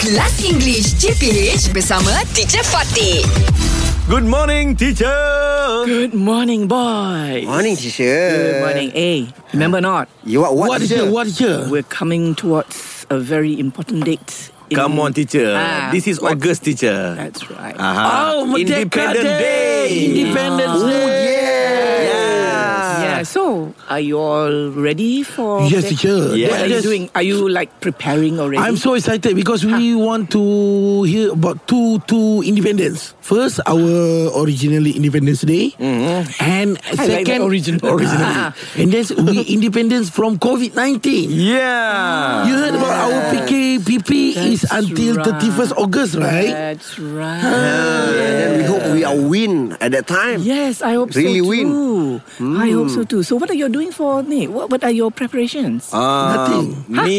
Kelas English JPH bersama Teacher Fatih. Good morning, teacher. Good morning, boy. Morning, teacher. Good morning. Hey, remember not, You are what, What is teacher? it? What is it? we're coming towards a very important date. in- Come on, Uh-huh. teacher. Ah, This is what- August, teacher. That's right. Aha. Oh, Merdeka Independent Day. Independence Day. yeah. So, are you all ready for? Yes, that? teacher. Yes. What are you doing? Are you like preparing already? I'm so excited because we want to hear about two two independence. First, our originally Independence Day, Mm-hmm. and like that second original. originally, and then we independence from COVID nineteen. Ah, Yeah. You heard about our PKPP is That's until right. 31st August, right? That's Uh-huh. right. And then we hope we are win at that time. Yes, I hope Really so win. too. I Hmm. hope so too. So, what are you doing for me? What, what are your preparations? Um, Nothing. me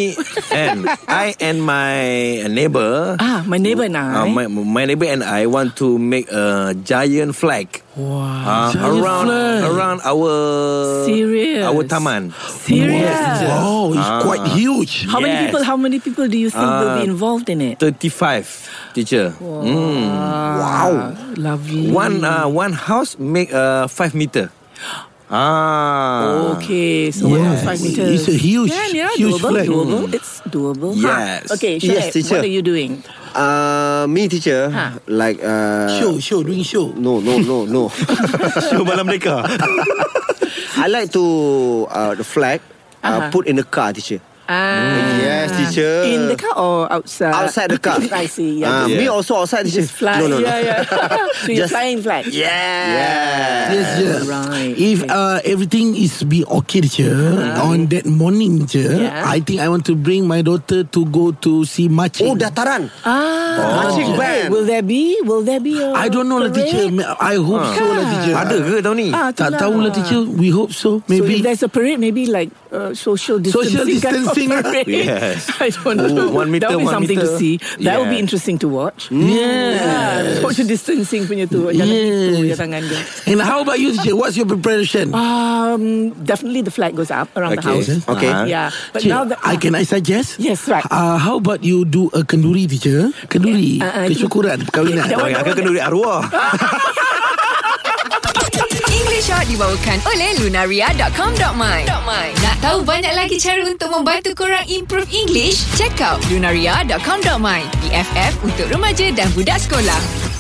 and I and my neighbor. ah, my neighbor and I. Uh, my, my neighbor and I want to make a giant flag wow. uh, Giant around flag. around our Serious. our taman. Serious. Wow, Ah. it's quite huge. How many Yes. people? How many people do you think will be Uh, involved in it? Thirty five, teacher. Mm. Wow, lovely. One uh, one house make uh, five meter. Ah. Okay, so one Yes. five meters. It's a huge, yeah, yeah, huge doable, flag. doable. It's doable. Ha. Yes. Okay, Yes, Shoaib, teacher. What are you doing? Uh, me, teacher, Huh. like... Uh, Show, show, doing show. No, no, no, no. Show malam mereka. I like to... Uh, the flag uh, put in the car, teacher. Uh-huh. Ah, Yes, teacher. in the car or outside? Uh, Outside the car. I see. Yeah. Uh, Yeah. Me also outside, teacher. Just fly. No, no, no. Yeah, yeah. so you're Just- flying flag. Yeah. Yes, yes. Oh, Right. Uh-huh. If uh, everything is be okay, teacher, on that morning, teacher, Yeah. I think I want to bring my daughter to go to see Machin. Oh, dataran. Ah. okay. Marching band. Will there be? Will there be a I don't know, lah, parade? teacher. Ma- I hope so, lah, teacher. Ada ke tahun ni? Oh, Ah, Tak itulah. tahu lah, teacher. We hope so. So if Maybe. there's a parade, maybe like uh, social distancing. Social kind of distancing, right? parade. Yes. I don't know. Ooh, one meter, that would be one something meter. to see. That would be Yeah. interesting to watch. Yeah. Social distancing punya tu. Jangan gitu, ya Yes. tangan dia. And how about you, teacher? What's your preparation? Um, definitely the flag goes up around the house. Okay. Ah. Yeah. But Teacher, now that I can I suggest? Yes, right. Uh, how about you do a kenduri, teacher? Kenduri, Ah, ah, itu- kesyukuran, perkahwinan. That one- Jangan akan kena duit arwah. English Hot dibawakan oleh Lunaria.com.my Nak tahu banyak lagi cara untuk membantu korang improve English? Check out Lunaria.com.my BFF untuk remaja dan budak sekolah.